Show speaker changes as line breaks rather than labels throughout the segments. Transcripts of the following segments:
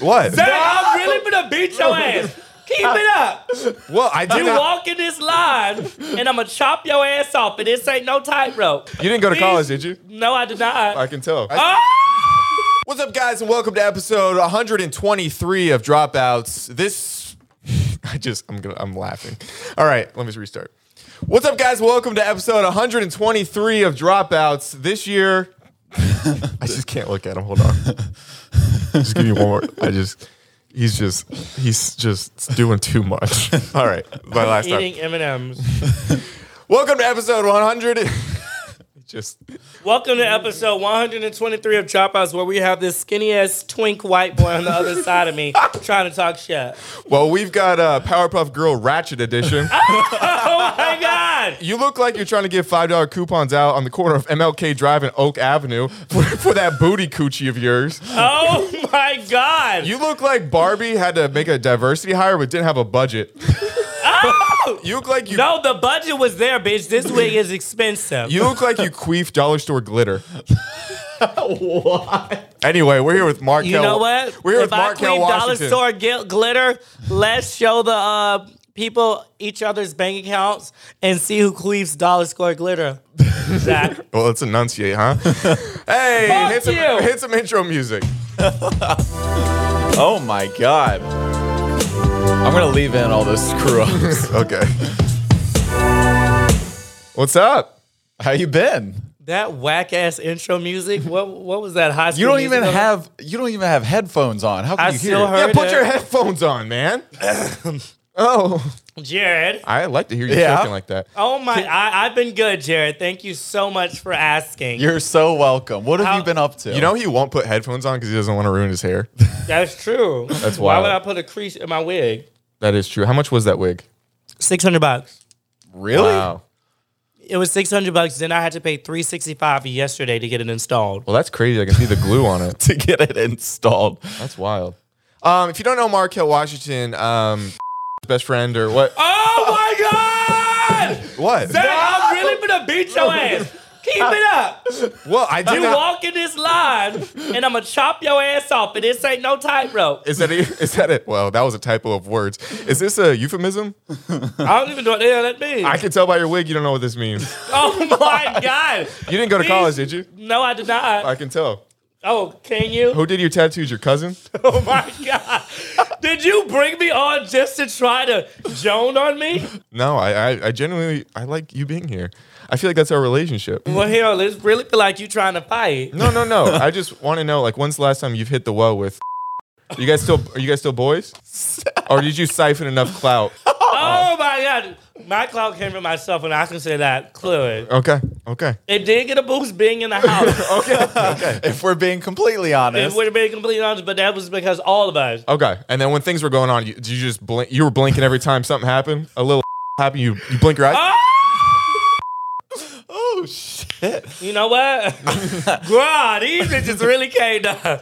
What?
Zach, I'm really gonna beat your ass. Keep it up.
Well, I did
You
not-
walk in this line, and I'm gonna chop your ass off. And this ain't no tightrope.
You didn't go to college, did you?
No, I did not.
I can tell.
Ah!
What's up, guys, and welcome to episode 123 of Dropouts. This, I just, I'm gonna, I'm laughing. All right, let me restart. What's up, guys? Welcome to episode 123 of Dropouts. This year, I just can't look at him. Hold on. Just give me one more. I just, he's just, he's just doing too much. All right, my last time.
Eating M&Ms.
Welcome to episode 100. just,
Welcome to episode 123 of Chop House, where we have this skinny ass twink white boy on the other side of me trying to talk shit.
well, we've got uh, Powerpuff Girl Ratchet Edition.
Oh my god!
You look like you're trying to give five dollar coupons out on the corner of MLK Drive and Oak Avenue for, for that booty coochie of yours.
Oh my god!
You look like Barbie had to make a diversity hire but didn't have a budget. You look like you.
Oh! no, the budget was there, bitch. This wig is expensive.
You look like you queefed dollar store glitter. what? Anyway, we're here with Mark.
You know what?
We're here
if
with Mark
I clean dollar
Washington.
store gil- glitter, let's show the uh, people each other's bank accounts and see who cleaves dollar store glitter. Zach.
Well, let's enunciate, huh? hey,
Fuck
hit some,
you.
hit some intro music.
Oh my god. I'm gonna leave in all those screw ups.
Okay. What's up?
How you been?
That whack ass intro music. What what was that high school?
You don't
music
even
of-
have you don't even have headphones on. How can
I
you
still
hear? it?
heard-
Yeah, put
it.
your headphones on, man. oh.
Jared.
I like to hear you
Yeah.
talking like that.
Oh my! I, I've been good, Jared. Thank you so much for asking.
You're so welcome. What have
How-
you been up to?
You know he won't put headphones on because he doesn't want to ruin his hair.
That's true. That's why
wild.
would I put a crease in my wig?
That is true. How much was that wig?
Six hundred bucks.
really?
It was six hundred bucks. Then I had to pay three sixty five yesterday to get it installed.
Well, that's crazy. I can see the glue on it.
To get it installed.
That's wild. Um, if you don't know Markel Washington, um, best friend or what?
Oh my god!
What?
Zach, I'm really gonna beat your ass. Keep it up.
well, I did
You
not.
walk in this line, and I'm gonna chop your ass off. And this ain't no tightrope.
is that a, is that it? Well, that was a typo of words. Is this a euphemism?
I don't even know what the hell that means.
I can tell by your wig you don't know what this means.
oh my god!
You didn't go to college, did you?
No, I did not.
I can tell.
Oh, can you?
Who did your tattoos? Your cousin?
Oh my god! Did you bring me on just to try to Joan on me?
No, I, I, I genuinely I like you being here. I feel like that's our relationship.
Well, hell, it's really feel like you trying to fight.
No, no, no. I just want to know, like, when's the last time you've hit the well with? You guys still are you guys still boys? Or did you siphon enough clout?
Oh my god! My cloud came from myself, and I can say that clearly.
Okay, okay.
It did get a boost being in the
Oh,
house.
If we're being completely
it
honest.
would have been completely honest, but that was because all of us.
Okay. And then when things were going on, you, did you just blink? You were blinking every time something happened. A little happened. You you blink your eyes.
Oh shit.
You know what? God, these bitches really came down.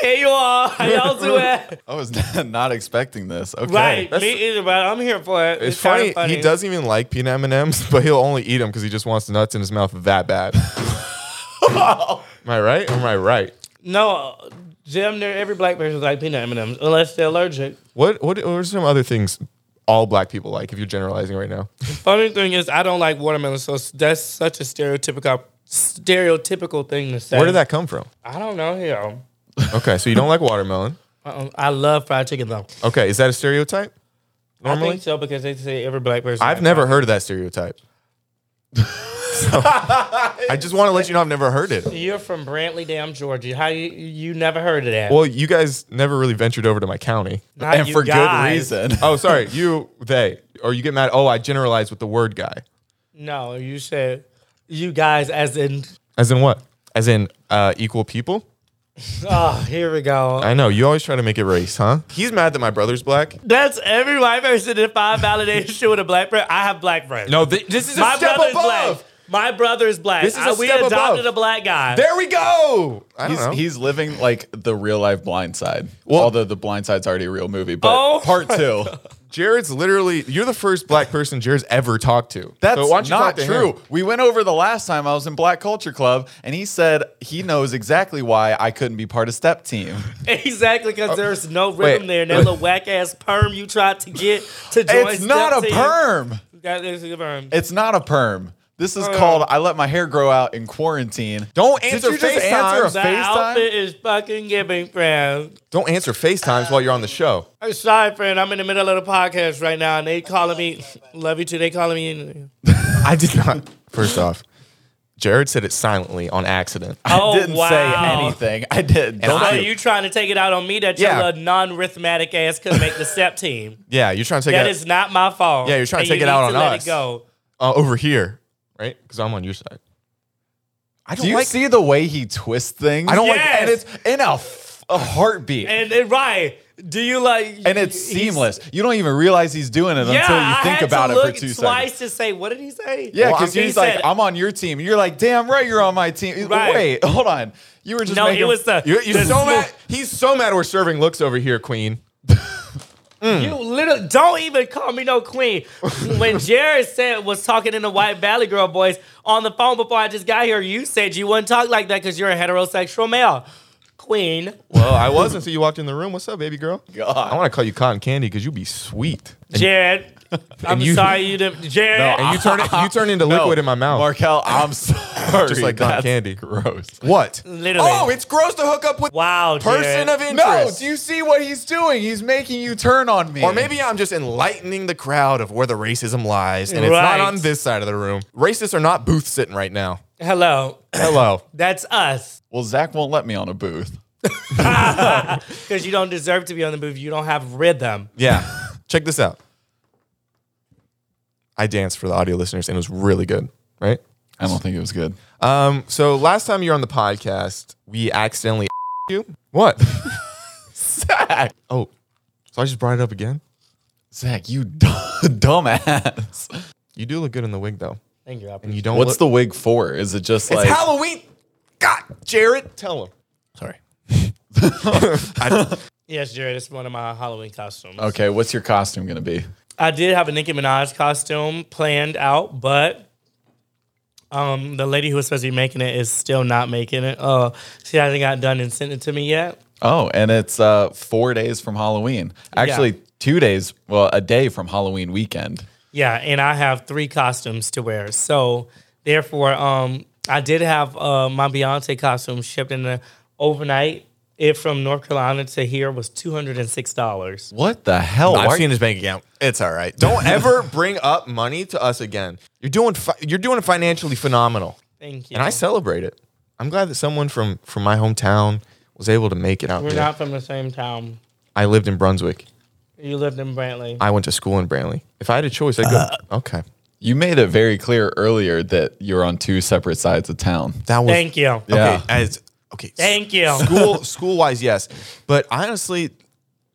Here you are. How y'all doing?
I was not expecting this. Okay.
Right,
that's-
me either, but I'm here for it.
It's,
kinda
funny, He doesn't even like peanut M and M's, but he'll only eat them because he just wants the nuts in his mouth that bad. am I right? Am I right?
No, damn near every black person's like peanut M&Ms unless they're allergic.
What what what are some other things all black people like? If you're generalizing right now,
Funny thing is, I don't like watermelon, so that's such a stereotypical stereotypical thing to say.
where did that come from?
I don't know here.
Okay, so you don't like watermelon.
Uh-uh. I love fried chicken though.
Okay, is that a stereotype?
I
Normally,
think so because they say every black person.
I've
like
never heard of that stereotype. So, I just want to let you know I've never heard it.
that. You're from Brantley, damn Georgia. How you you never heard of that?
Well, you guys never really ventured over to my county.
Not
And
you
for
guys.
good reason.
Oh, sorry, you they or you get mad. Oh, I generalized with the word guy.
No, you said you guys as in.
As in what? As in uh, equal people?
Oh, here we go.
I know you always try to make it race, huh? He's mad that my brother's black.
That's every white person in five validation with a black friend. I have black friends.
No, th- this is a
My
step
brother is
above.
black. My brother is black.
This is a
Uh, we
step above.
adopted a black guy.
There we go. I don't
He's,
know.
he's living like the real life blind side.
Well-
Although the blind side's already a real movie, but
Oh
part two.
Jared's literally you're the first black person Jared's ever talked to.
That's
So why don't you
not
talk to
true.
him?
We went over the last time I was in Black Culture Club, and he said he knows exactly why I couldn't be part of Step Team.
Exactly, because there's no rhythm
Oh, wait.
there. And that little whack ass perm you tried to get to join.
it's not a
Step Team-
perm.
That is a perm.
It's not a perm. This
Oh.
is called I let my hair grow out in quarantine. Don't answer
you just
FaceTime.
answer a
That outfit is fucking giving, friend.
Don't answer FaceTimes while you're on the show.
I'm sorry, friend. I'm in the middle of the podcast right now, and they calling me. Love you too. They calling me.
I did not. First off, Jared said it silently on accident.
Oh,
I didn't
wow.
say anything. I did.
And
Don't
Are
I-
you-
you trying to take it out on me that your
Yeah.
little non-rhythmatic ass could make the step team?
Yeah, you're trying to take
That
it
is not my fault.
Yeah, you're trying to take
And you
it out
need
on
to let
us.
It go.
uh, over here, right? Because I'm on your side. I don't
Do you
like.
see the way he twists things?
I don't
Yes.
like.
And it's in a, f- a heartbeat.
And, and right, do you like?
and it's
he's-
seamless. You don't even realize he's doing it
Yeah,
until you
I
think
had
about
to
it
look
for two
twice
seconds.
to say what did he say?
Yeah,
Well,
because
I'm-
he's
he
like,
said-
"I'm on your team." You're like, "Damn right, you're on my team."
Right.
Wait, hold on. You were just
No,
making,
it was the
You're, you're
the
so
smooth-
mad. He's so mad we're serving looks over here, Queen.
You little don't even call me no queen. When Jared said was talking in the White Valley Girl boys on the phone before I just got here, you said you wouldn't talk like that because you're a heterosexual male. Queen.
Well, I was until you walked in the room. What's up, baby girl?
God.
I want to call you Cotton Candy because you be sweet.
Jared. I'm
you-
sorry you didn't Jared.
And you turn it, you turn into
No,
liquid in my mouth.
Markel, I'm sorry.
Just like cotton
That's
candy.
Gross.
What?
Literally.
Oh, it's gross to hook up with
wow,
person
Jared.
of
No,
interest.
do you see what he's doing? He's making you turn on me.
or maybe I'm just enlightening the crowd of where the racism lies, and it's
Right.
not on this side of the room. Racists are not booth sitting right now.
Hello.
Hello.
That's us.
Well, Zach won't let me on a booth.
Because you don't deserve to be on the move. You don't have rhythm.
Yeah. Check this out. I danced for the audio listeners and it was really good, right?
I don't think it was good.
Um, so last time you were on the podcast, we accidentally you. What?
Zach,
Oh, so I just brought it up again?
Zach, you d- dumbass.
You do look good in the wig though.
Thank you. I appreciate
And you don't
What's
look-
the wig for? Is it just
It's
like
Halloween. God, Jared, tell him. Sorry. I-
it. Yes, Jared, it's one of my Halloween
Oh,
costumes.
okay? What's your costume gonna be?
I did have a Nicki Minaj costume planned out, but um, the lady who was supposed to be making it is still not making it. Uh, she hasn't got done and sent it to me yet.
Oh, and it's uh, four days from Halloween. Actually, two days. Well, a day from Halloween weekend.
Yeah, and I have three costumes to wear. So therefore, um, I did have uh, my Beyonce costume shipped in the overnight. It from North Carolina to here was two hundred and six dollars.
What the hell? Why-
I've seen his bank account. It's all right. Don't ever bring up money to us again. You're doing fi- you're doing financially phenomenal.
Thank you.
and I celebrate it. I'm glad that someone from from my hometown was able to make it out
We're
here.
not from the same town.
I lived in Brunswick.
You lived in Brantley.
I went to school in Brantley. If I had a choice, I'd go.
Uh,
okay,
you made it very clear earlier that you're on two separate sides of town.
that was
Thank you.
Okay,
Yeah.
as- okay.
Thank you.
School school wise, yes, but honestly,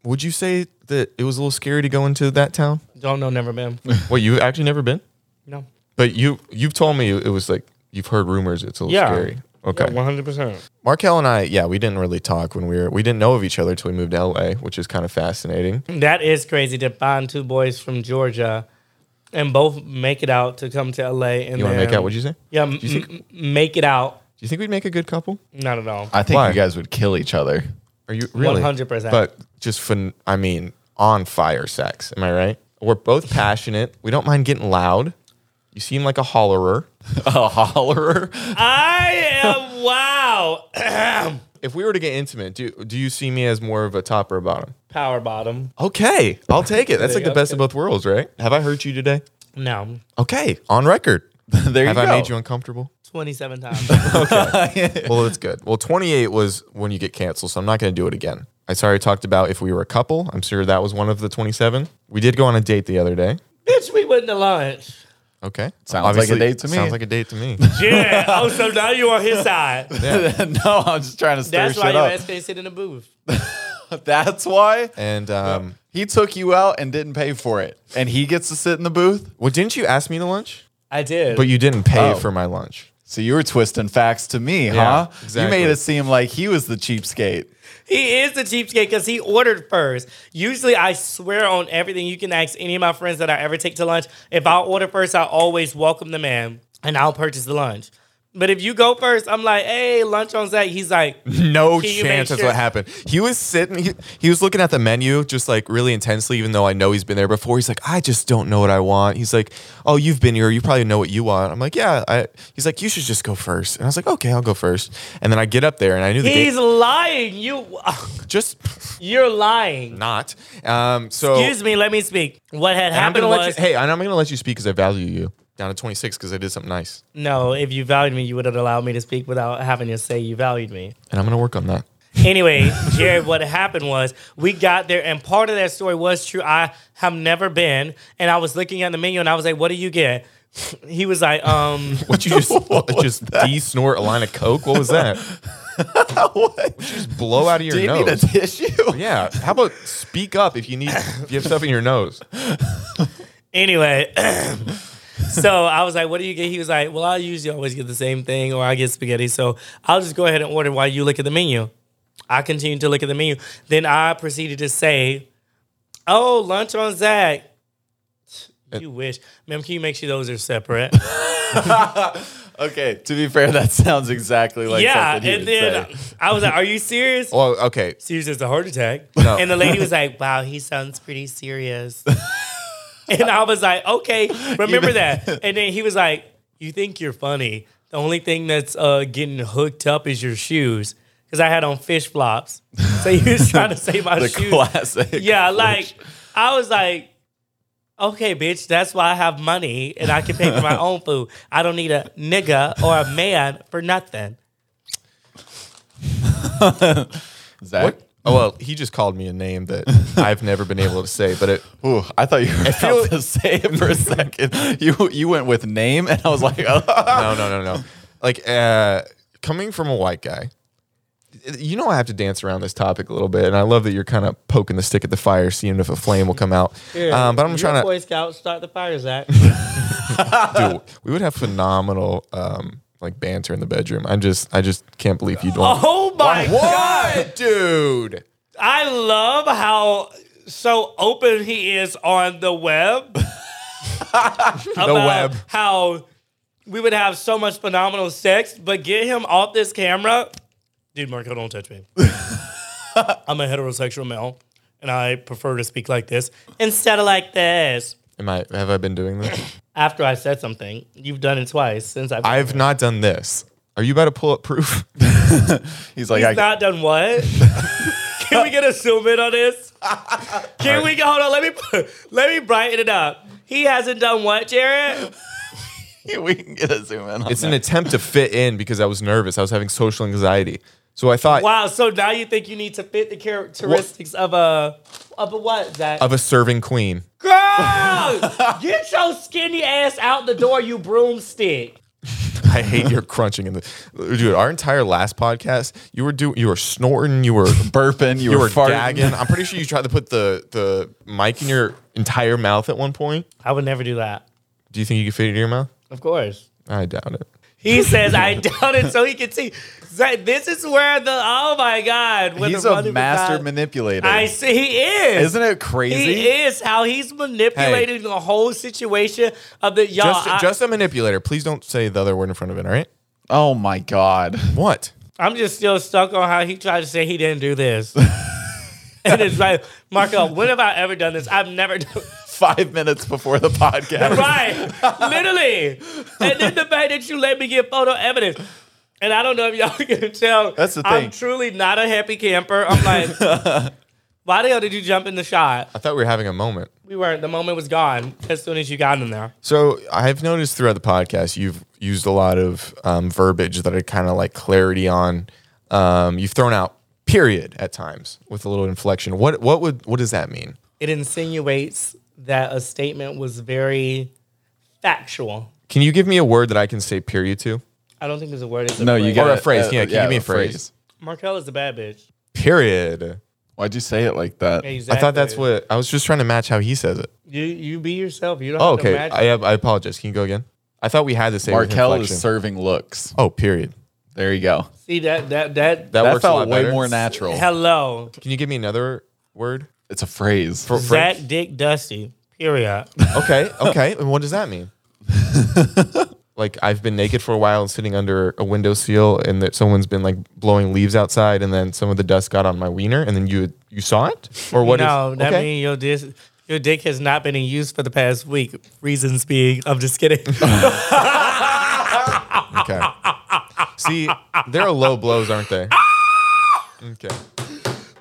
would you say that it was a little scary to go into that town?
Don't know, never been.
Well, you've actually never been,
No.
but you you've told me it was like you've heard rumors. It's a little
Yeah.
scary. Okay,
One hundred percent.
Markel and I, yeah, we didn't really talk when we were we didn't know of each other until we moved to LA, which is kind of fascinating.
That is crazy to find two boys from Georgia and both make it out to come to LA. And
You want to
then-
make out? What'd you say?
Yeah, m- m- make it out.
Do you think we'd make a good couple?
Not at all.
I think
Why?
you guys would kill each other.
Are you really?
100%.
But just fin- I mean, on fire sex. Am I right? We're both passionate. We don't mind getting loud. You seem like a hollerer.
a hollerer.
I am wow.
If we were to get intimate, do do you see me as more of a top or a bottom?
Power bottom.
Okay, I'll take it. That's like the
Yeah,
best of both worlds, right? Have I hurt you today?
No,
Okay, on record.
there you
Have
go.
I made you uncomfortable?
twenty-seven times.
Well, that's good. Well, 28 was when you get canceled, so I'm not going to do it again. I sorry talked about if we were a couple. I'm sure that was one of the 27. We did go on a date the other day.
Bitch, we went to lunch.
Okay.
Sounds like a date to me.
Sounds like a date to me.
Yeah. Oh, so now you on his side.
no, I'm just trying to stir
That's
shit
why your
up.
ass can't sit in the booth.
That's why
and um,
he took you out and didn't pay for it, and he gets to sit in the booth.
well, didn't you ask me to lunch?
I did.
But you didn't pay
Oh.
for my lunch.
So you were twisting facts to me,
Yeah,
huh? You
exactly.
made it seem like he was the cheapskate.
He is the cheapskate because he ordered first. Usually, I swear on everything. You can ask any of my friends that I ever take to lunch. If I order first, I always welcome the man and I'll purchase the lunch. But if you go first, I'm like, hey, lunch on Zach. He's like,
No
Can you
chance
make
that's
sure-
what happened. He was sitting, he, he was looking at the menu just like really intensely, even though I know he's been there before. He's like, I just don't know what I want. He's like, Oh, you've been here. You probably know what you want. I'm like, Yeah. I, he's like, You should just go first. And I was like, Okay, I'll go first. And then I get up there and I knew the
he's
game.
lying. You,
Just
you're lying.
not. Um, so
Excuse me. Let me speak. What had
and I'm
happened
gonna
was
let you, hey, and I'm going to let you speak because I value you down to 26 because I did something nice.
no. If you valued me, you would have allowed me to speak without having to say you valued me.
And I'm going to work on that.
Anyway, Jared, what happened was we got there, and part of that story was true. I have never been, and I was looking at the menu, and I was like, "What do you get?" He was like, "Um,
What you just, just de snort a line of Coke? What was that?
what?
just blow out of your
Do you
nose.
need a tissue?
Yeah. How about speak up if you need if you have stuff in your nose?
anyway." so I was like, "What do you get?" He was like, "Well, I usually always get the same thing, or I get spaghetti, so I'll just go ahead and order while you look at the menu." I continued to look at the menu. Then I proceeded to say, "Oh, lunch on Zach." You wish, ma'am. Can you make sure those are separate?
Okay. To be fair, that sounds exactly like
yeah,
something Oh. he
and
would
then
say.
I was like, "Are you serious?"
Well, okay.
serious as a heart attack.
No.
And the lady was like, "Wow, he sounds pretty serious." and I was like, "Okay, remember that." And then he was like, "You think you're funny? The only thing that's uh, getting hooked up is your shoes." Because I had on fish flops, so he was trying to say my
The
shoes.
classic.
Yeah, like I was like, okay, bitch, that's why I have money and I can pay for my own food. I don't need a nigga or a man for nothing.
Zach.
What? Oh well, he just called me a name that I've never been able to say, but it,
Ooh, I thought you were about
feel-
to say it for a second. You you went with name, and I was like, oh.
no, no, no, no. Like uh, coming from a white guy, you know I have to dance around this topic a little bit, and I love that you're kind of poking the stick at the fire, seeing if a flame will come out. um, but I'm trying to.
Boy Scout start the fire, Zach.
Dude, we would have phenomenal um, like banter in the bedroom. I'm just, I just can't believe you'd want.
Oh my god!
What, dude?
I love how so open he is on the web. the
web.
How we would have so much phenomenal sex, but get him off this camera, dude. Marco, don't touch me. I'm a heterosexual male, and I prefer to speak like this instead of like this.
Am I? Have I been doing this?
After I said something, you've done it twice since I've.
I've not done this. Are you about to pull up proof?
He's like,
He's
I,
not done what? Can we get a zoom in on this? Can we go? Hold on. Let me put- let me brighten it up. He hasn't done what, Jared?
we can get a zoom in. On
It's
that.
an attempt to fit in because I was nervous. I was having social anxiety. So I thought
Wow. So now you think you need to fit the characteristics of a of a what, Zach?
of a serving queen.
Girl, get your skinny ass out the door, you broomstick.
I hate your crunching in the dude. Our entire last podcast, you were doing, you were snorting, you were
burping. You,
you
were,
were
farting.
gagging. I'm pretty sure you tried to put the the mic in your entire mouth at one point.
I would never do that.
Do you think you could fit it in your mouth?
Of course.
I doubt it.
He says, "I doubt it," so he can see. Zach, this is where the oh my god, when
He's
the
a
running
master
without-
manipulator.
I see. He is.
Isn't it crazy?
He is how he's manipulating the whole situation of the y'all.
Just,
Uh, I,
just a manipulator. Please don't say the other word in front of it. All right.
Oh my god.
What?
I'm just still stuck on how he tried to say he didn't do this. and it's like, Marco, when have I ever done this? I've never done
Five minutes before the podcast.
right, literally. And then the fact that you let me get photo evidence. And I don't know if y'all can tell.
That's the
I'm
thing.
truly not a happy camper. I'm like, why the hell did you jump in the shot?
I thought we were having a moment.
We weren't. The moment was gone as soon as you got in there.
So I've noticed throughout the podcast, you've used a lot of um, verbiage that I kind of like clarity on. Um, you've thrown out period at times with a little inflection. What what would what does that mean?
it insinuates that a statement was very factual.
Can you give me a word that I can say period to?
I don't think there's a word. It's a
No,
phrase.
you got
Or a phrase. Yeah, can you give me a phrase?
Markel is a bad bitch.
Period.
Why'd you say it like that?
Exactly.
I thought that's what I was just trying to match how he says it.
you you be yourself. You don't.
Oh,
have To
okay.
match.
I I apologize. Can you go again? I thought we had the same
Markel
inflection.
is serving looks.
oh, period.
There you go.
See that that that,
That
That,
works a
felt
lot
way
better.
more natural.
Hello.
Can you give me another word?
It's a phrase.
For- for-
Zach Dick Dusty. Period.
Okay, okay. And what does that mean? like I've been naked for a while and sitting under a window seal, and that someone's been like blowing leaves outside, and then some of the dust got on my wiener, and then you you saw it, or what? is-
no, that
okay.
means your dis- your dick has not been in use for the past week. Reasons being, I'm just kidding.
okay. See, they're low blows, aren't they? Okay.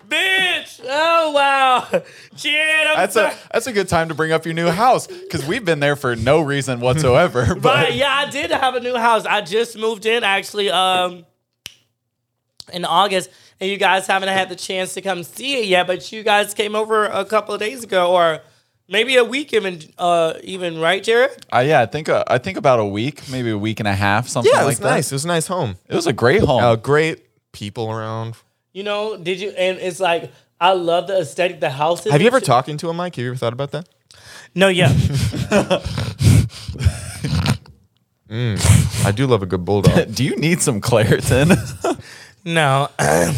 Bitch! Oh wow. Jen, I'm
That's
sorry.
a that's a good time to bring up your new house because we've been there for no reason whatsoever.
But
But
yeah, I did have a new house. I just moved in actually um in August, and you guys haven't had the chance to come see it yet. But you guys came over a couple of days ago, or maybe a week even, uh, even right, Jared?
uh, yeah, I think uh, I think about a week, maybe a week and a half, something
Yeah, it
like
was
that.
nice. It was a nice home.
It was a great home.
Uh, great people around.
You know, did you? And it's like I love the aesthetic, the house.
Have you ever talked into a mic? Have you ever thought about that?
No, yeah.
I do love a good bulldog.
Do you need some Claritin?
No.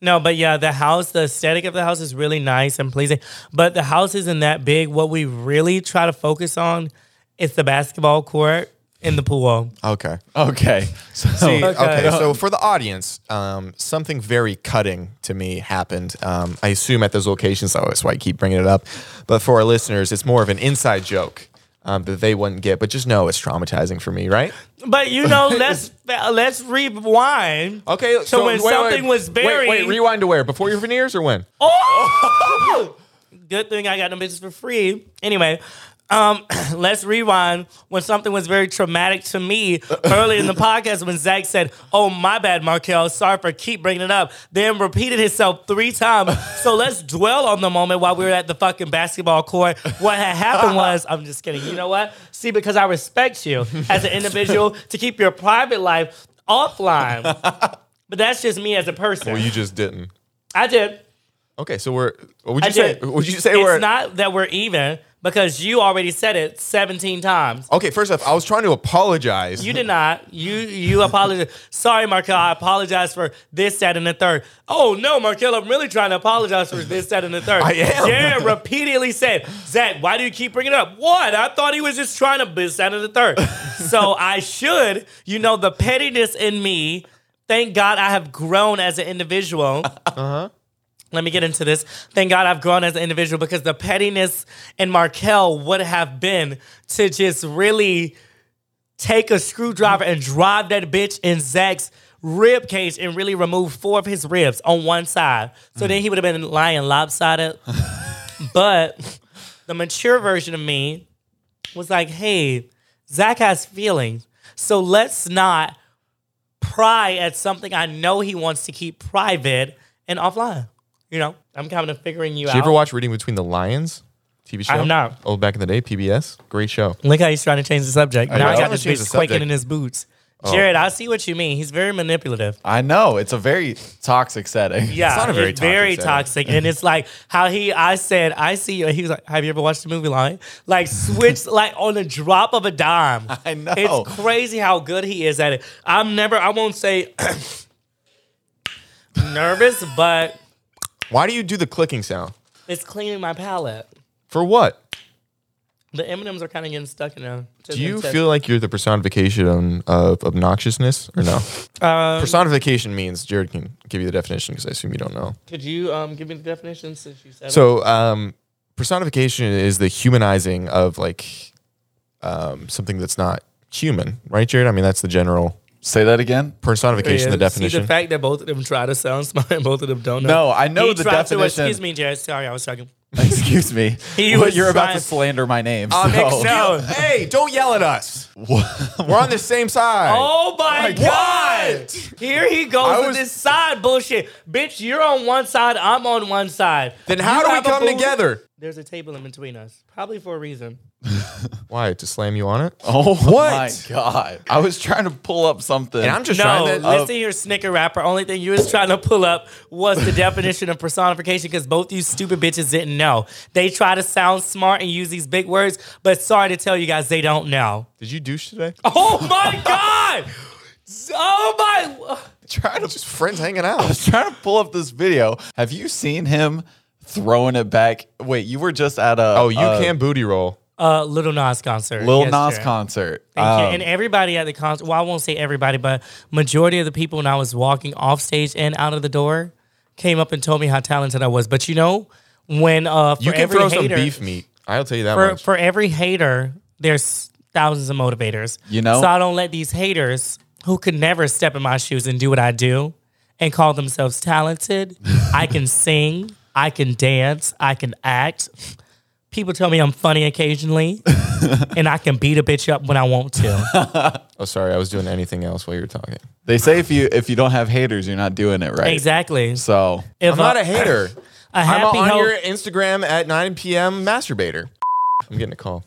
no, but yeah, the house, the aesthetic of the house is really nice and pleasing. But the house isn't that big. What we really try to focus on is the basketball court and the pool.
okay.
okay. So,
See,
Okay.
okay.
No.
so for the audience, um, something very cutting to me happened. Um, I assume at those locations, so that's why I keep bringing it up. But for our listeners, it's more of an inside joke um, that they wouldn't get. But just know it's traumatizing for me, right?
But you know, let's let's rewind.
Okay. So,
when something was buried-
wait, wait, rewind to where? Before your veneers or when?
Oh! Good thing I got them bitches for free. Anyway, um, let's rewind when something was very traumatic to me early in the podcast when Zach said, "Oh my bad, Markel, sorry for keep bringing it up." Then repeated himself three times. So let's dwell on the moment while we were at the fucking basketball court. What had happened was, I'm just kidding. You know what? See, because I respect you as an individual to keep your private life offline. But that's just me as a person.
Well, you just didn't.
I did.
Okay. So we're. what Would you
I
say?
did.
Would you say
it's
we're?
not that we're even because you already said it 17 times.
okay. First off, I was trying to apologize.
You did not. You you apologize. Sorry, Markel. I apologize for this, that, and the third. Oh no, Markel, I'm really trying to apologize for this, that, and the third.
I am.
Jared repeatedly said, Zach, why do you keep bringing it up? What? I thought he was just trying to this, that, and the third. so I should, you know, the pettiness in me. Thank God I have grown as an individual.
Uh-huh.
let me get into this. Thank God I've grown as an individual because the pettiness in Markel would have been to just really take a screwdriver and drive that bitch in Zach's rib cage and really remove four of his ribs on one side. So then he would have been lying lopsided. but the mature version of me was like, hey, Zach has feelings. So let's not pry at something I know he wants to keep private and offline. You know, I'm kind of figuring you
Did you
out.
ever watch Reading Between the Lions? TV show.
I have not.
Old back in the day, PBS. Great show.
Look how he's trying to change the subject. now
know.
I
I'm
got
gonna
this
change the
bitch quaking
subject. Oh.
in his boots. Jared, I see what you mean. He's very manipulative.
I know it's a very toxic setting.
Yeah, it's,
not a very toxic
very
setting.
toxic, and it's like how he. I said, I see you. He was like, Have you ever watched the movie Line? Like switch, like on the drop of a dime.
I know.
It's crazy how good he is at it. I'm never. I won't say nervous, but
Why do you do the clicking sound?
it's cleaning my palate.
For what?
The M and M's are kind of getting stuck in there.
Do you feel like you're the personification of obnoxiousness or no?
Um,
personification means Jared can give you the definition because I assume you don't know.
Could you um, give me the definition since you said
So, um, personification is the humanizing of like um, something that's not human, right, Jared? I mean, that's the general
Say that again.
personification, the
Yeah, See
definition.
the fact that both of them try to sound smart and both of them don't.
No, I know
He
the
tried to-
definition.
excuse me, Jared. Sorry, I was talking.
Excuse me.
He
Well,
was
you're about
trying- Uh,
to slander my name.
Um,
so-
excuse-
No.
Hey, don't yell at us. We're on the same side.
Oh my God! Here he goes
I
with
was-
this side bullshit. Bitch, you're on one side, I'm on one side.
Then
You
how do we
have a
come
booth-
together?
There's a table in between us, probably for a reason.
Why? To slam you on it?
Oh
What?
my god! I was trying to pull up something.
And I'm just
No, uh,
trying to.
listen here, snicker rapper. Only thing you was trying to pull up was the definition of personification because both you stupid bitches didn't know. They try to sound smart and use these big words, but sorry to tell you guys, they don't know.
Did you douche today?
Oh my Oh God! Oh my!
Trying to just friends hanging
I
out.
was trying to pull up this video. Have you seen him throwing it back? Wait, you were just at a
Oh, you
a
can booty roll.
Uh, Little Nas concert.
Lil
Yes,
Nas
sir.
concert.
Thank you.
Um,
And everybody at the concert. Well, I won't say everybody, but majority of the people when I was walking off stage and out of the door came up and told me how talented I was. But you know, when uh, for
You can
every
throw some
hater,
beef meat. I'll tell you that
for,
much.
for every hater, there's thousands of motivators.
You know?
so I don't let these haters who could never step in my shoes and do what I do and call themselves talented. I can sing, I can dance, I can act. People tell me I'm funny occasionally, and I can beat a bitch up when I want to.
oh, sorry, I was doing anything else while you were talking.
They say if you if you don't have haters, you're not doing it right.
Exactly.
So
If
I'm not a hater.
a
I'm
happy
on
ho-
your Instagram at 9 p.m. masturbator. I'm getting a call.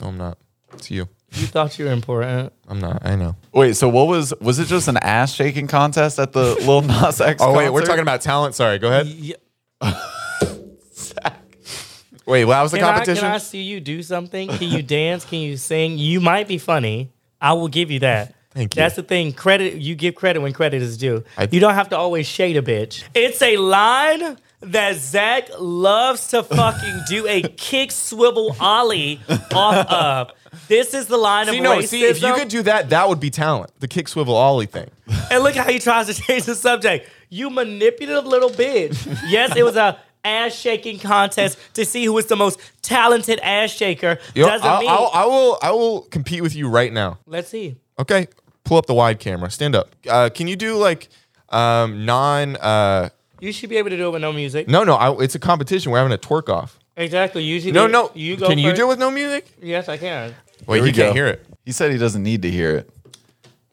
No, I'm not. It's you.
You thought you were important.
I'm not. I know.
wait, so what was was it just an ass shaking contest at the Lil Nas X?
Oh, wait, we're
concert?
talking about talent. Sorry, go ahead.
Yeah.
Wait, what was the
Can I,
competition?
can I see you do something? Can you dance? Can you sing? You might be funny. I will give you that.
Thank you.
That's the thing. Credit you give credit when credit is due.
I-
you don't have to always shade a bitch. It's a line that Zach loves to fucking do a kick swivel ollie off of. This is the line
see,
of
no,
racism.
see, if you could do that, that would be talent. The kick swivel ollie thing.
And look how he tries to change the subject. You manipulative little bitch. Yes, it was a ass shaking contest to see who was the most talented ass shaker.
You know,
Doesn't
I'll,
mean
I'll, I will. I will compete with you right now.
let's see.
Okay, pull up the wide camera. Stand up. Uh, can you do like um, non? Uh,
You should be able to do it with no music.
no, no. I, it's a competition. We're having a twerk off.
Exactly. Usually,
No, no.
You go.
can you
first.
do it with no music?
Yes, I can.
Wait,
Here
you
we
can't
go.
hear it.
He said he doesn't need to hear it.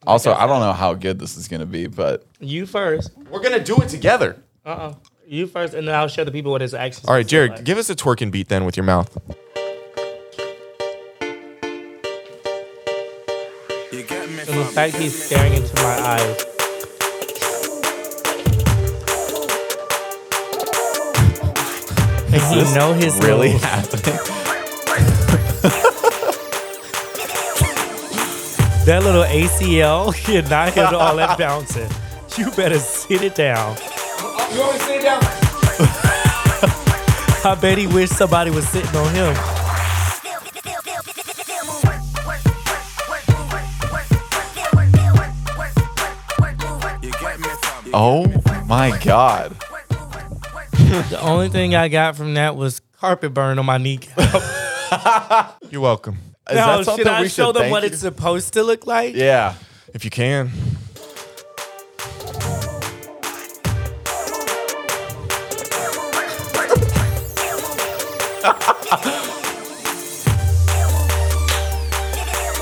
Also, I don't know how good this is going to be, but
You first.
We're gonna do it together.
Uh uh You first, and then I'll show the people what his actions.
All right, Jared, give us a twerking beat then with your mouth.
You get me
And the
fam?
fact he's staring into my eyes. And he know his
really
moves.
happening.
That little ACL cannot handle all that bouncing. You better sit it down.
You always sit down.
I bet he wish somebody was sitting on him.
You get me fam?
Oh my god!
The only thing I got from that was carpet burn on my kneecap.
You're welcome.
Is
Now,
that something
should I
we
show
should
them
thank
what
you?
it's supposed to look like?
Yeah.
If you can.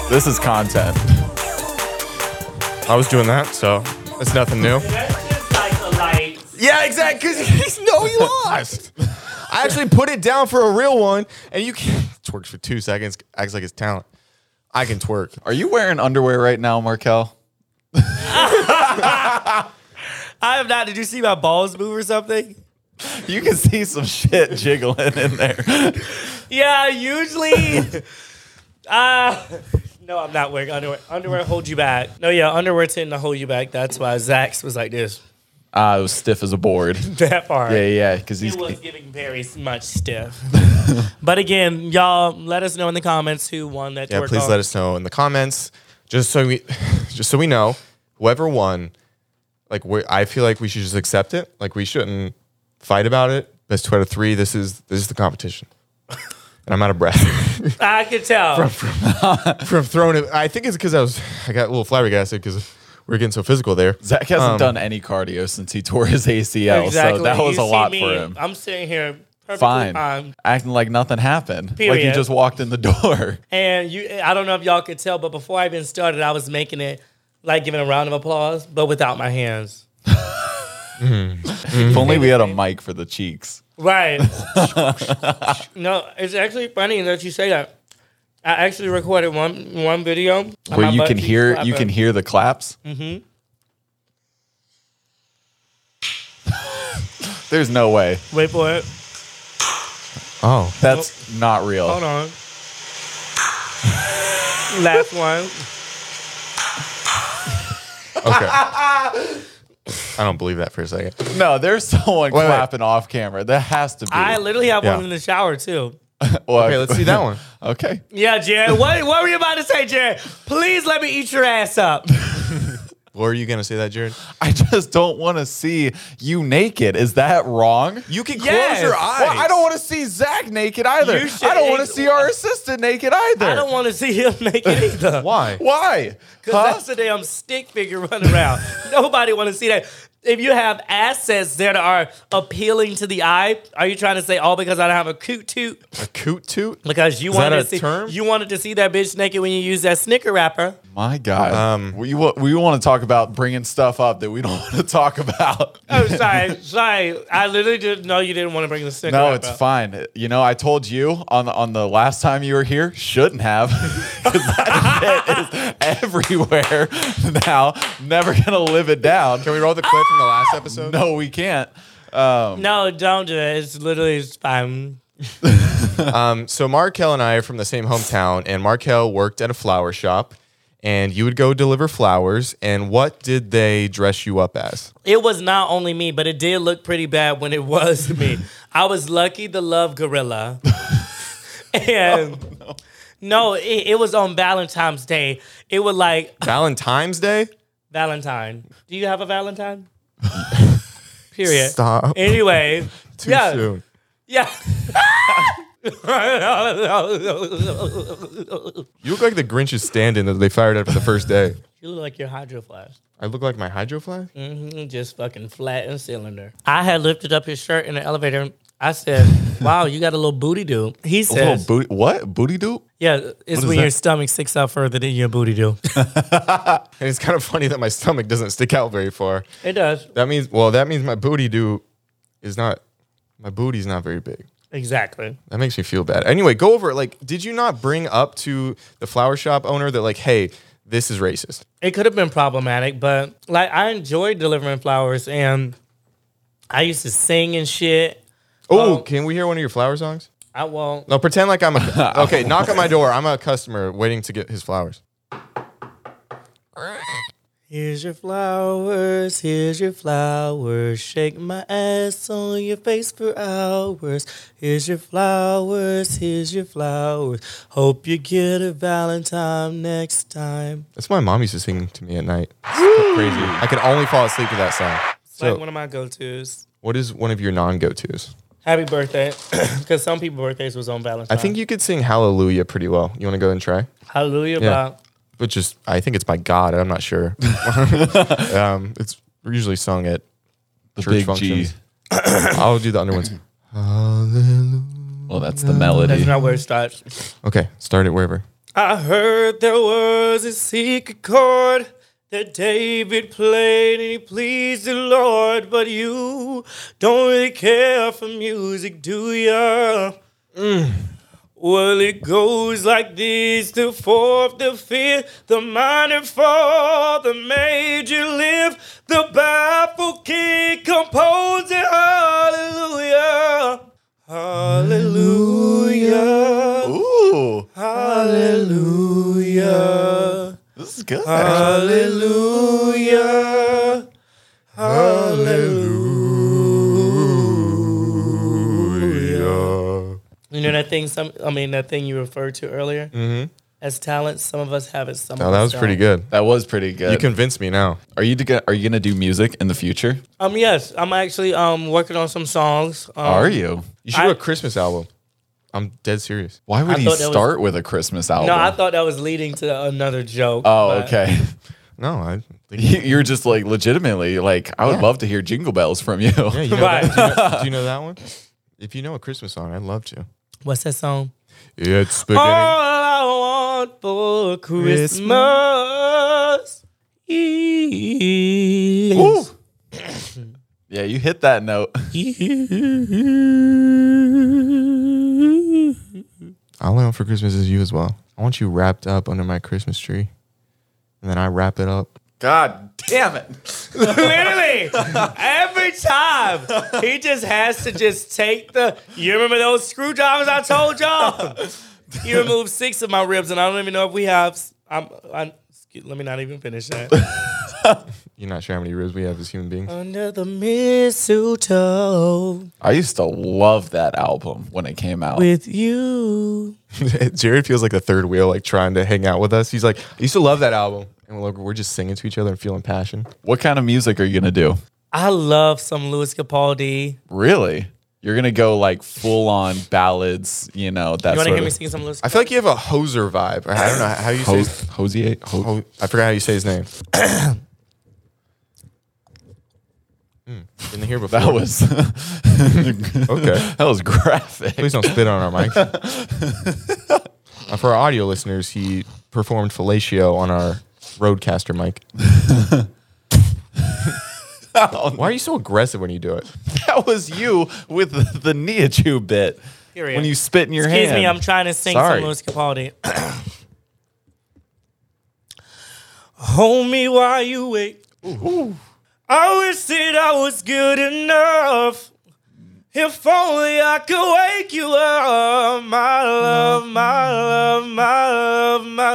This is content.
I was doing that, so that's nothing new.
That's just like a light.
Yeah, exactly. Because he's no, he lost. I actually put it down for a real one, and you can twerks for two seconds. Acts like it's talent. I can twerk.
Are you wearing underwear right now, Markel?
I have not. Did you see my balls move or something?
You can see some shit jiggling in there.
Yeah, usually. uh, no, I'm not wearing underwear. Underwear hold you back. No, yeah, underwear tend to hold you back. That's why Zach's was like this.
Ah, it was stiff as a board.
That far.
Yeah, yeah, because he's
It was giving very much stiff. but again, y'all, let us know in the comments who won that.
Yeah, please let us know in the comments, just so we, just so we know whoever won. Like, we I feel like we should just accept it. Like, we shouldn't fight about it. Best two out of three. This is this is the competition. And I'm out of breath
I could tell.
from throwing it. I think it's because I was I got a little flabbergasted because we were getting so physical there.
Zach hasn't
Um,
done any cardio since he tore his ACL, so that was
You
a
see
lot
me,
for him.
I'm sitting here perfectly
Fine,
fine.
acting like nothing happened, like you
Um, Period.
just walked in the door.
And you, I don't know if y'all could tell, but before I even started, I was making it like giving a round of applause, but without my hands.
if only we had a mic for the cheeks.
Right. no, it's actually funny that you say that. I actually recorded one one video of my
Where you
butt
can
cheeks Mm-hmm.
hear you
clapping.
can hear the claps. There's no way.
Wait for it.
Oh,
That's not real.
Hold on. Last one.
Okay. I don't believe that for a second.
No, there's someone
Wait, wait.
clapping off camera. That has to be.
I literally have
Yeah.
one in the shower too.
Well,
Okay, let's see that one.
Okay.
Yeah, Jared. What, what were you about to say, Jared? Please let me eat your ass up.
Were you gonna say that, Jared?
I just don't want to see you naked. Is that wrong?
You can
Yes.
close your eyes.
Well, I don't want to see Zach naked either.
You should-
I don't want to see our assistant naked either.
I don't want to see him naked either.
Why?
Why?
Because
Huh?
that's the damn stick figure running around. Nobody want to see that. If you have assets that are appealing to the eye, are you trying to say, "Oh, because I don't have a coot toot"?
A coot toot?
Because you
Is that
wanted
a
to see
term?
you wanted to see that bitch naked when you use that snicker wrapper.
My God.
Um,
we wa- we want to talk about bringing stuff up that we don't want to talk about.
Oh, sorry, sorry. I literally didn't know you didn't want to bring the snicker.
No,
wrapper.
it's fine. You know, I told you on the, on the last time you were here, shouldn't have, 'Cause that shit is everywhere now. Never gonna live it down.
Can we roll the clip from the last episode?
No, we can't.
No, don't do it. It's literally it's fine.
Um, so Markel and I are from the same hometown, and Markel worked at a flower shop, and you would go deliver flowers. And what did they dress you up as?
It was not only me, but it did look pretty bad when it was me. I was lucky the love gorilla. and no, it, it was on Valentine's Day. It was like
Valentine's Day?
Valentine. Do you have a Valentine? Period.
Stop.
Anyway,
Too
yeah,
soon.
yeah.
You look like the Grinch's stand-in that they fired after the first day.
you look like your hydro flask.
I look like my hydro flask?
Mhm, Just fucking flat and cylinder. I had lifted up his shirt in the elevator. I said, "Wow, you got a little booty, dude." He
A little
says,
Oh, booty. What booty doop?
Yeah, it's
is
when
that?
your stomach sticks out further than your booty do.
And it's kind of funny that my stomach doesn't stick out very far.
it does.
That means, well, that means my booty do is not, my booty's not very big.
Exactly.
That makes me feel bad. Anyway, go over it. Like, did you not bring up to the flower shop owner that, like, hey, this is racist?
It could have been problematic, but like I enjoyed delivering flowers and I used to sing and shit.
Oh,
Oh.
can we hear one of your flower songs?
I won't.
No, pretend like I'm a. Okay, knock on my door. I'm a customer waiting to get his flowers.
Here's your flowers, here's your flowers. Shake my ass on your face for hours. Here's your flowers, here's your flowers. Hope you get a Valentine next time.
That's what my mom used to sing to me at night. It's crazy. I could only fall asleep to that song.
It's
So,
like one of my go tos.
what is one of your non go tos?
Happy birthday. Because some people's birthdays was on Valentine's.
I think you could sing Hallelujah pretty well. You want to go and try?
Hallelujah,
Yeah.
Bob.
Which is, I think it's by God. I'm not sure. um, it's usually sung at
The
church functions. I'll do the under ones.
Well, that's the melody.
That's not where it starts.
Okay, start it wherever.
I heard there was a secret chord that David played and he pleased the Lord, but you don't really care for music, do ya? Well, it goes like this the fourth, the fifth, the minor fall, the major lift, the baffled king composing hallelujah, hallelujah,
Ooh,
hallelujah.
this is good.
Uh,
actually.
Hallelujah. Hallelujah. You know that thing some I mean that thing you referred to earlier? Mm-hmm. As talents, some of us have it, some
Oh,
of
that
us
was pretty
don't.
good.
that was pretty good.
You convinced me now.
are you to, are you gonna do music in the future?
Um yes, I'm actually um working on some songs. Um,
are you?
You should
I-
do a Christmas album. I'm dead serious.
Why would
I
he
thought that was-
start with a Christmas album?
No, I
Oh,
thought that was leading to another joke.
oh,
but-
okay.
No, I think
You- You're just like legitimately like I would love to hear jingle bells from you.
yeah, you know
Right.
that- do, you know, do you know that one? If you know a Christmas song, I'd love to.
What's that song?
It's
All
beginning.
Ah!
I want for Christmas, is
Ooh. yeah, you hit that note.
you.
All I want for Christmas is you as well. I want you wrapped up under my Christmas tree, and then I wrap it up.
God damn it.
Literally, every time he just has to just take the. You remember those screwdrivers I told y'all? He removed six of my ribs, and I don't even know if we have. I'm. i excuse, let me not even finish that.
You're not sure how many ribs we have as human beings.
Under the mistletoe
I used to love that album when it came out.
with you.
Jared feels like the third wheel, like trying to hang out with us. He's like, I used to love that album. And we're, like, we're just singing to each other and feeling passion.
What kind of music are you gonna do?
I love some Louis Capaldi.
Really? You're gonna go like full on ballads, you know, that
You want to
sort
hear me
of
sing some Louis?
I feel like you have a hoser vibe. Or I don't know how you say
Hos- Hosier? Ho-
Ho- I forgot how you say his name. Mm, didn't hear before.
that was that
okay.
was graphic.
Please don't spit on our mic. uh, for our audio listeners, he performed fellatio on our roadcaster mic. Why are you so aggressive when you do it?
That was you with the, the Niachu bit
Period.
when you spit in your
Excuse
hand.
me, I'm trying to sing
Sorry.
some Louis Capaldi. Hold me while you wait. I wish that I was good enough. If only I could wake you up, my love, my love, my love, my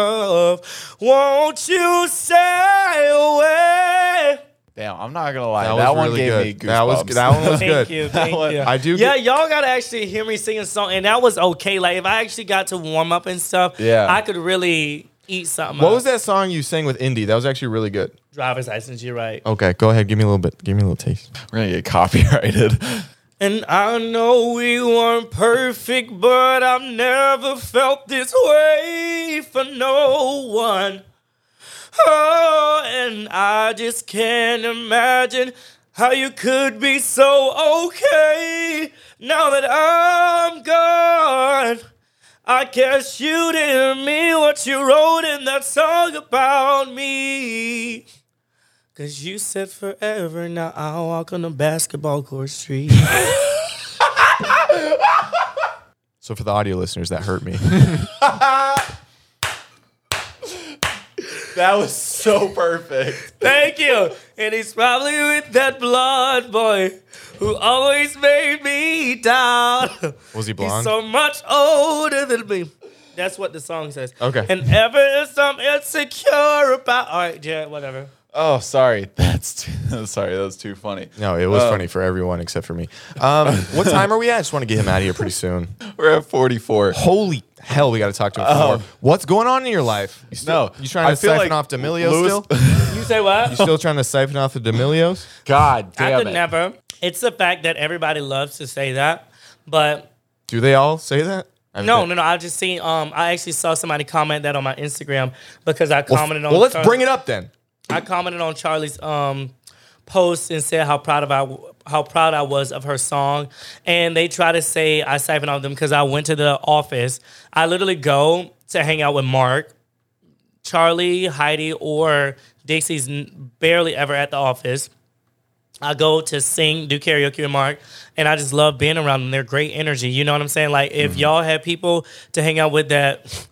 love. Won't you stay away?
Damn, I'm not gonna lie. That,
was
one
really
gave
good.
me goosebumps.
That was that one was
Thank
good.
you, thank
one-
you.
I do.
Yeah,
get-
y'all gotta actually hear me sing a song, and that was okay. Like if I actually got to warm up and stuff,
Yeah.
I could really eat something.
what
up.
was that song you sang with Indy? That was actually really good.
Driver's license. You're right.
Okay, go ahead. Give me a little bit. Give me a little taste.
We're gonna get copyrighted.
And I know we weren't perfect, but I've never felt this way for no one. Oh, and I just can't imagine how you could be so okay now that I'm gone. I guess you didn't mean what you wrote in that song about me. Cause you said forever, now I'll walk on the basketball court street.
So for the audio listeners, that hurt me.
that was so Oh, perfect.
Thank you. And he's probably with that blonde boy who always made me down.
Was he blonde?
He's so much older than me. That's what the song says.
Okay.
And ever is I'm insecure about. All right, yeah, whatever.
Oh, sorry. That's too, sorry. That was too funny.
no, it was
Uh,
funny for everyone except for me. Um, what time are we at? I just want to get him out of here pretty soon.
We're at 44.
Holy hell, we got to talk to him.
Oh.
more. What's going on in your life? Um, You still,
No,
you trying
I
to
feel
siphon
like
off D'Amelio
Louis-
still?
You say what?
You still trying to siphon off the D'Amelios?
God
I
damn
could
it.
never. It's the fact that everybody loves to say that, but
Do they all say that? I
No,
bet-
no, no. I just seen. Um, I actually saw somebody comment that on my Instagram because I
Well,
commented
f-
on.
well, let's
Char-
bring it up then.
I commented on Charlie's um post and said how proud of I how proud I was of her song, and they try to say I siphoned off them because I went to the office. I literally go to hang out with Mark, Charlie, Heidi, or Dixie's n- barely ever at the office. I go to sing, do karaoke with Mark, and I just love being around them. They're great energy. You know what I'm saying? Like if y'all had people to hang out with that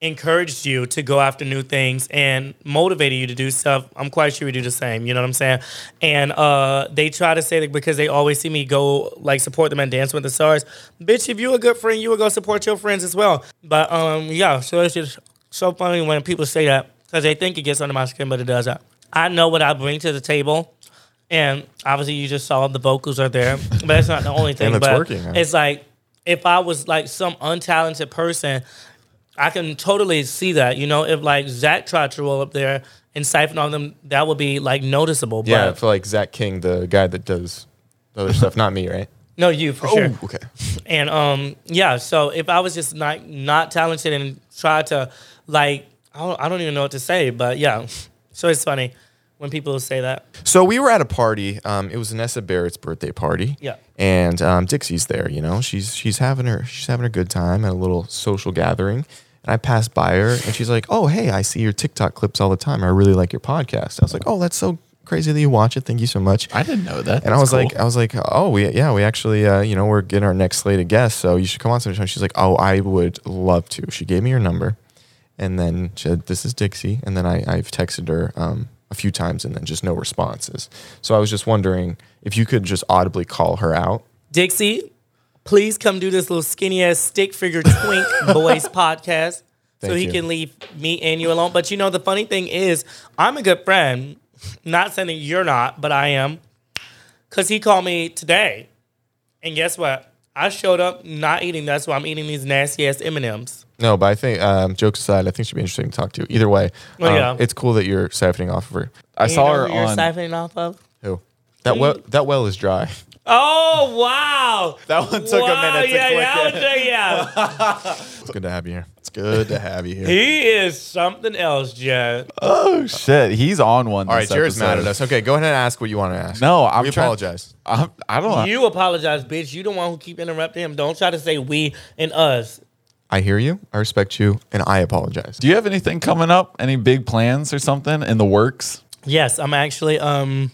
encouraged you to go after new things and motivated you to do stuff, I'm quite sure we do the same. You know what I'm saying? And uh, they try to say that because they always see me go like support them and dance with the stars. Bitch, if you a good friend, you would go support your friends as well. But um, yeah, so it's just so funny when people say that because they think it gets under my skin, but it doesn't. I know what I bring to the table. And obviously, you just saw the vocals are there, but that's not the only thing.
the
but
twerking, huh?
it's like if I was like some untalented person, I can totally see that. You know, if like Zach tried to roll up there and siphon on them, that would be like noticeable.
Yeah,
But
for like Zach King, the guy that does the other stuff, not me, right? Oh,
no, you for sure.
okay.
And um, yeah. So if I was just not not talented and tried to like, I don't, I don't even know what to say. But yeah, so it's funny when people say that.
So we were at a party. Um, it was Vanessa Barrett's birthday party.
Yeah.
And um, Dixie's there. You know, she's she's having her she's having a good time at a little social gathering. And I passed by her, and she's like, "Oh, hey, I see your TikTok clips all the time. I really like your podcast." I was like, "Oh, that's so crazy that you watch it. Thank you so much."
I didn't know that.
And I was like, I was like, oh, we yeah, we actually, uh, you know, we're getting our next slate of guests, so you should come on sometime. She's like, oh, I would love to. She gave me her number, and then she said, this is Dixie, and then I, I've texted her um, a few times, and then just no responses. So I was just wondering if you could just audibly call her out.
Dixie, please come do this little skinny ass stick figure twink boys podcast. so
Thank
he
you.
can leave me and you alone. But you know, the funny thing is, I'm a good friend. Not saying that you're not, but I am. Cause he called me today, and guess what? I showed up not eating. That's why I'm eating these nasty ass M and M's.
No, but I think um, jokes aside, I think she'd be interesting to talk to. Either way,
Oh,
um,
yeah.
it's cool that you're siphoning off of her.
I saw her
you're
on.
siphoning off of.
Who? That well, that well is dry.
Oh wow!
That one took a minute to
yeah,
click
yeah,
in.
okay, yeah.
It's good to have you here. It's good to have you here.
he is something else, Jared.
Oh shit, he's on one.
All right, Jared's mad at us. Okay, go ahead and ask what you want to ask.
No, I'm
we
trying-
apologize.
I'm, I don't know.
You apologize, bitch. You the one who keep interrupting him. Don't try to say we and us.
I hear you. I respect you, and I apologize.
Do you have anything coming up? Any big plans or something in the works?
Yes, I'm actually um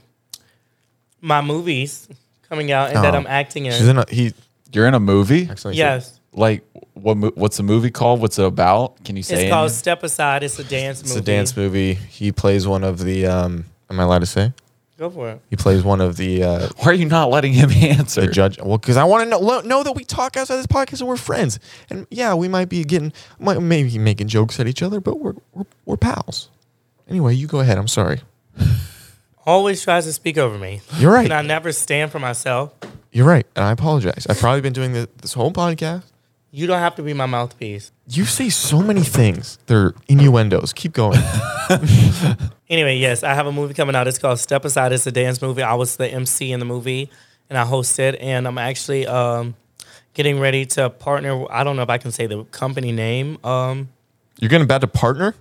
my movies coming out and that
Oh.
I'm acting in.
She's in a, he.
You're in a movie.
Actually,
yes.
Like what? mo- What's the movie called? What's it about? Can you say?
It's called
anything?
Step Aside. It's a dance movie.
It's a dance movie. He plays one of the. Um, am I allowed to say?
Go for it.
He plays one of the uh,
Why are you not letting him answer?
the judge. Well, because I want to know lo- know that we talk outside this podcast and we're friends. And yeah, we might be getting might, maybe making jokes at each other, but we're, we're we're pals. Anyway, you go ahead. I'm sorry.
Always tries to speak over me.
You're right.
And I never stand for myself.
You're right, and I apologize. I've probably been doing this, this whole podcast.
You don't have to be my mouthpiece.
You say so many things. They're innuendos. Keep going.
Anyway, yes, I have a movie coming out. It's called Step Aside. It's a dance movie. I was the MC in the movie and I hosted and I'm actually um getting ready to partner I don't know if I can say the company name. Um
You're getting about to partner.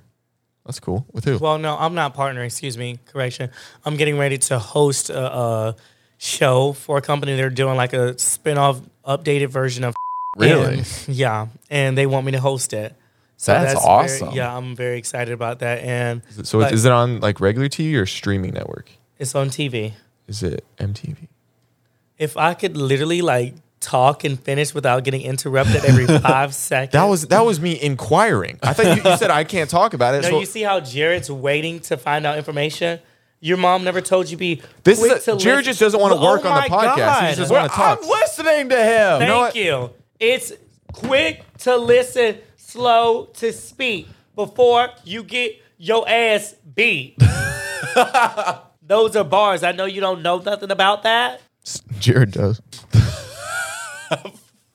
That's cool. With who?
Well, no, I'm not partner. Excuse me. Correction. I'm getting ready to host a, a show for a company. They're doing like a spin-off updated version of.
really?
And- yeah, and they want me to host it. So
That's
very-
awesome.
yeah, I'm very excited about that, and
So
but
is it on like regular TV or streaming network?
it's on TV.
Is it MTV?
If I could literally like talk and finish without getting interrupted every five seconds.
That was that was me inquiring. I thought you, you said I can't talk about it.
No,
so
you see how Jared's waiting to find out information. Your mom never told you be.
This
quick
is a-
to
Jared
listen-
just doesn't wanna
Oh
work on the
my
podcast. He
God.
just doesn't
Well,
wanna talk.
I'm listening to him.
know
Thank you. It's quick to listen, slow to speak before you get your ass beat. Those are bars. I know you don't know nothing about that.
Jared does.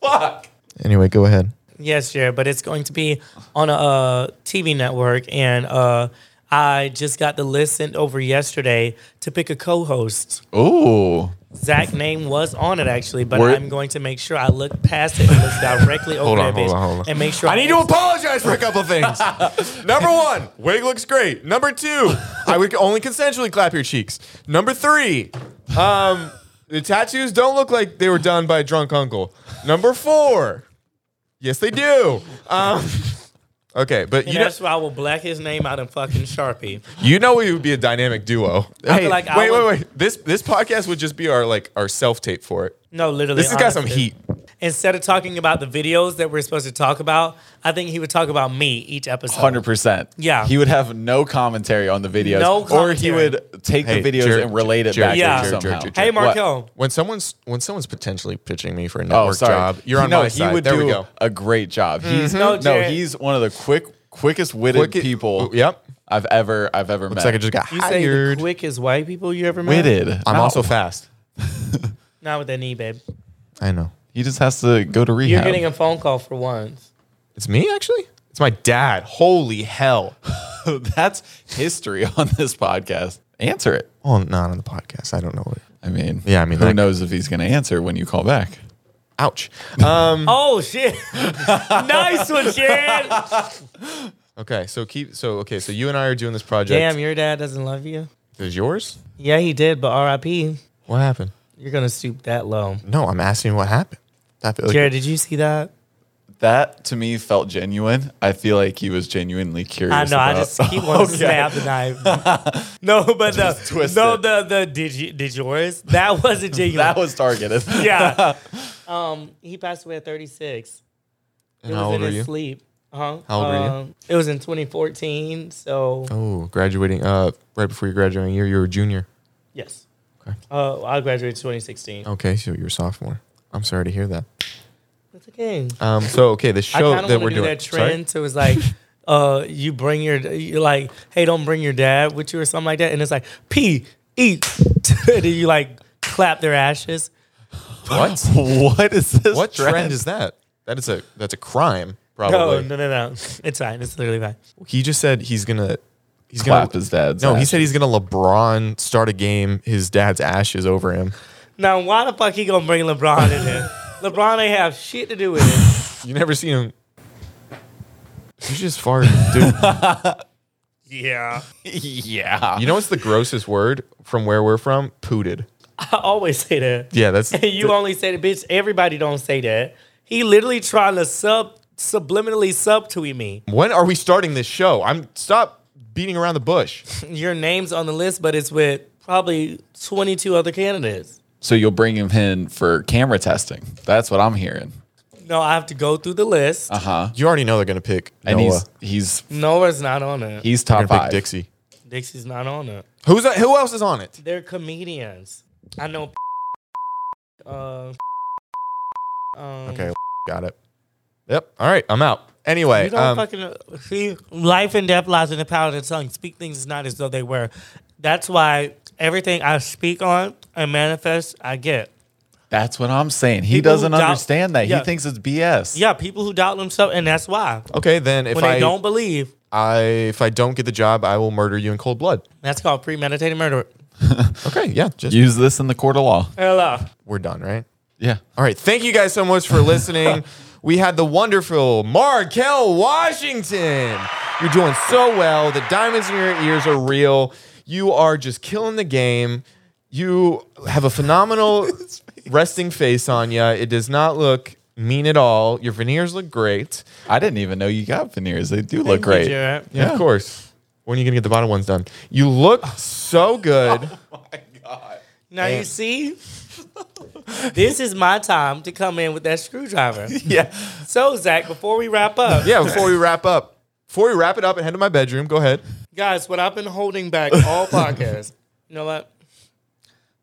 Fuck.
Anyway, go ahead.
Yes, sure, but it's going to be on a uh, TV network, and uh, I just got the list sent over yesterday to pick a co-host.
Ooh.
Zach name was on it actually, but
Word.
I'm going to make sure I look past it and look directly over
Hold on,
that bitch
hold on, hold on.
and make sure
I need to apologize for a couple things. Number one, wig looks great. Number two, I would only consensually clap your cheeks. Number three, um, the tattoos don't look like they were done by a drunk uncle. Number four, yes they do. Um, okay, but
And
you know,
that's why I will black his name out in fucking Sharpie.
you know we would be a dynamic duo.
I
Hey,
feel like I
wait,
would-
wait, wait. This this podcast would just be our like our self tape for it.
No, literally.
This has got some
honestly.
heat.
Instead of talking about the videos that we're supposed to talk about, I think he would talk about me each episode.
Hundred percent.
Yeah.
he would have no commentary on the videos,
No
or he
commentary.
would take
Hey,
the videos
Jared,
and relate it
Jared,
back
Jared,
to
Jared,
somehow.
Jared,
Hey, Marco.
When someone's when someone's potentially pitching me for a
Oh,
network
sorry.
job, you're on
no,
my
he
side.
would
there
do
we go.
a great job. He's
Mm-hmm. No,
no,
Jared.
he's one of the quick, quickest witted
Quick-
people.
Oh, Yep.
I've ever, I've ever met.
Looks like I just got
You say the
hired.
quickest white people you ever met?
witted.
I'm
No.
also fast.
Not with that knee, babe.
I know.
He just has to go to
You're
rehab.
getting a phone call for once.
It's me actually. It's my dad. Holy hell!
That's history on this podcast. Answer it.
Well, not on the podcast. I don't know. What
I mean,
Yeah, I mean,
who
that-
knows if he's going to answer when you call back?
Ouch.
Oh shit! nice one, Jared.
Okay, so keep. So okay, so you and I are doing this project.
Damn, your dad doesn't love you.
Is yours?
Yeah, he did, but R.I.P.
What happened?
You're gonna stoop that low.
No, I'm asking what happened. I feel like
Jared, did you see that?
That to me felt genuine. I feel like he was genuinely curious.
I know. I
about-
just keep wanting to snap the knife. no, but the
twist
no,
it.
the the did you did yours? That wasn't genuine.
that was targeted.
yeah. Um, he passed away at 36. It
how
was
old
in
were
his
you?
sleep. Uh-huh.
How old were you?
Um, It was in 2014. So
Oh, graduating. Uh, right before your graduating year, you were a junior.
yes.
Okay. Oh.
Uh, I graduated 2016.
Okay, so you're a sophomore. I'm sorry to hear that.
That's okay.
Um, so okay, the
I
show
kind of
that
want
we're
to do
doing.
that
Sorry?
trend. So it was like uh, you bring your, you're like, hey, don't bring your dad with you or something like that. And it's like, P, E, do you like clap their ashes?
What? what is this?
What trend is that? That is a that's a crime
No,
probably.
no, no, no. It's fine. It's literally fine.
He just said he's gonna he's
Clap
gonna
his dad's
No, he
ass.
said he's gonna LeBron start a game. His dad's ashes over him.
Now, why the fuck he gonna bring LeBron in there? LeBron ain't have shit to do with it.
You never see him. You just fart, dude.
Yeah.
yeah.
You know what's the grossest word from where we're from? Pooted.
I always say that.
Yeah, that's
you only say that, bitch. Everybody don't say that. He literally trying to sub subliminally subtweet me.
When are we starting this show? I'm stop beating around the bush.
Your name's on the list, but it's with probably 22 other candidates.
So you'll bring him in for camera testing. That's what I'm hearing.
No, I have to go through the list.
Uh huh.
You already know they're gonna pick
And
Noah.
he's he's
Noah's not on it.
he's
They're gonna
top
pick
five.
Dixie.
Dixie's not on it.
Who's that? Who else is on it?
They're comedians. I know. Uh, um,
Okay, got it. Yep. All right, I'm out. Anyway,
You don't
um,
fucking uh, see. Life and death lies in the power of the tongue. Speak things not as though they were. That's why everything I speak on and manifest, I get.
That's what I'm saying. He
People who
doesn't
doubt-
understand that.
Yeah.
He thinks it's BS.
Yeah, people who doubt themselves, and that's why
okay, then if
when they
I
don't believe,
I if I don't get the job, I will murder you in cold blood.
that's called premeditated murder.
Okay, yeah, just
Use this in the court of law.
Hello.
we're done, right?
Yeah.
All right, thank you guys so much for listening. we had the wonderful Markel Washington. You're doing so well. The diamonds in your ears are real. You are just killing the game. You have a phenomenal resting face on you. It does not look mean at all. Your veneers look great.
I didn't even know you got veneers. They do look
Thank you,
great.
Jarrett.
Yeah, of course. When are you gonna get the bottom ones done? You look so good.
Now you see, this is my time to come in with that screwdriver.
yeah.
So Zach, before we wrap up,
Yeah, before we wrap up, before we wrap it up and head to my bedroom, go ahead.
guys, what I've been holding back all podcasts. You know what?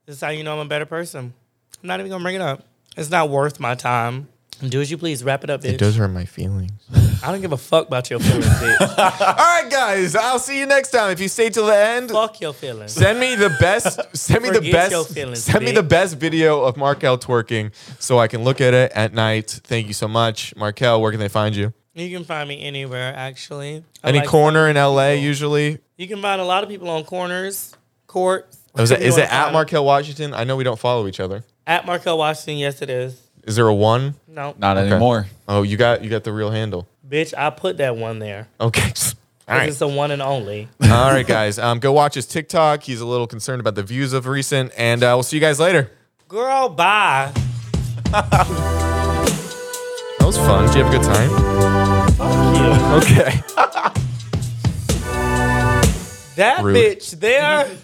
This is how you know I'm a better person. I'm not even gonna bring it up. It's not worth my time. Do as you please. Wrap it up, bitch.
hurt my feelings.
I don't give a fuck about your feelings, bitch.
All right, guys, I'll see you next time. If you stay till the end,
fuck your feelings.
send me the best. Send me the
Forget your
best.
feelings,
send me the
bitch.
best video of Markel twerking so I can look at it at night. Thank you so much, Markel. Where can they find you?
You can find me anywhere, actually. I
Any
like-
corner in LA usually?
You can find a lot of people on corners, courts.
Oh, Is it,
You
is
wanna
it at
find-
Markel Washington? I know we don't follow each other.
At Markel Washington. Yes, it is.
Is there a one?
No,
Not anymore.
Oh, you got you got the real handle.
bitch. I put that one there.
Okay. All
'Cause
right.
It's the one and only.
All right, guys. Um, go watch his TikTok. He's a little concerned about the views of recent, and uh, we'll see you guys later.
Girl, bye.
That was fun. Did you have a good time?
Yeah.
Okay.
That
Rude.
bitch there.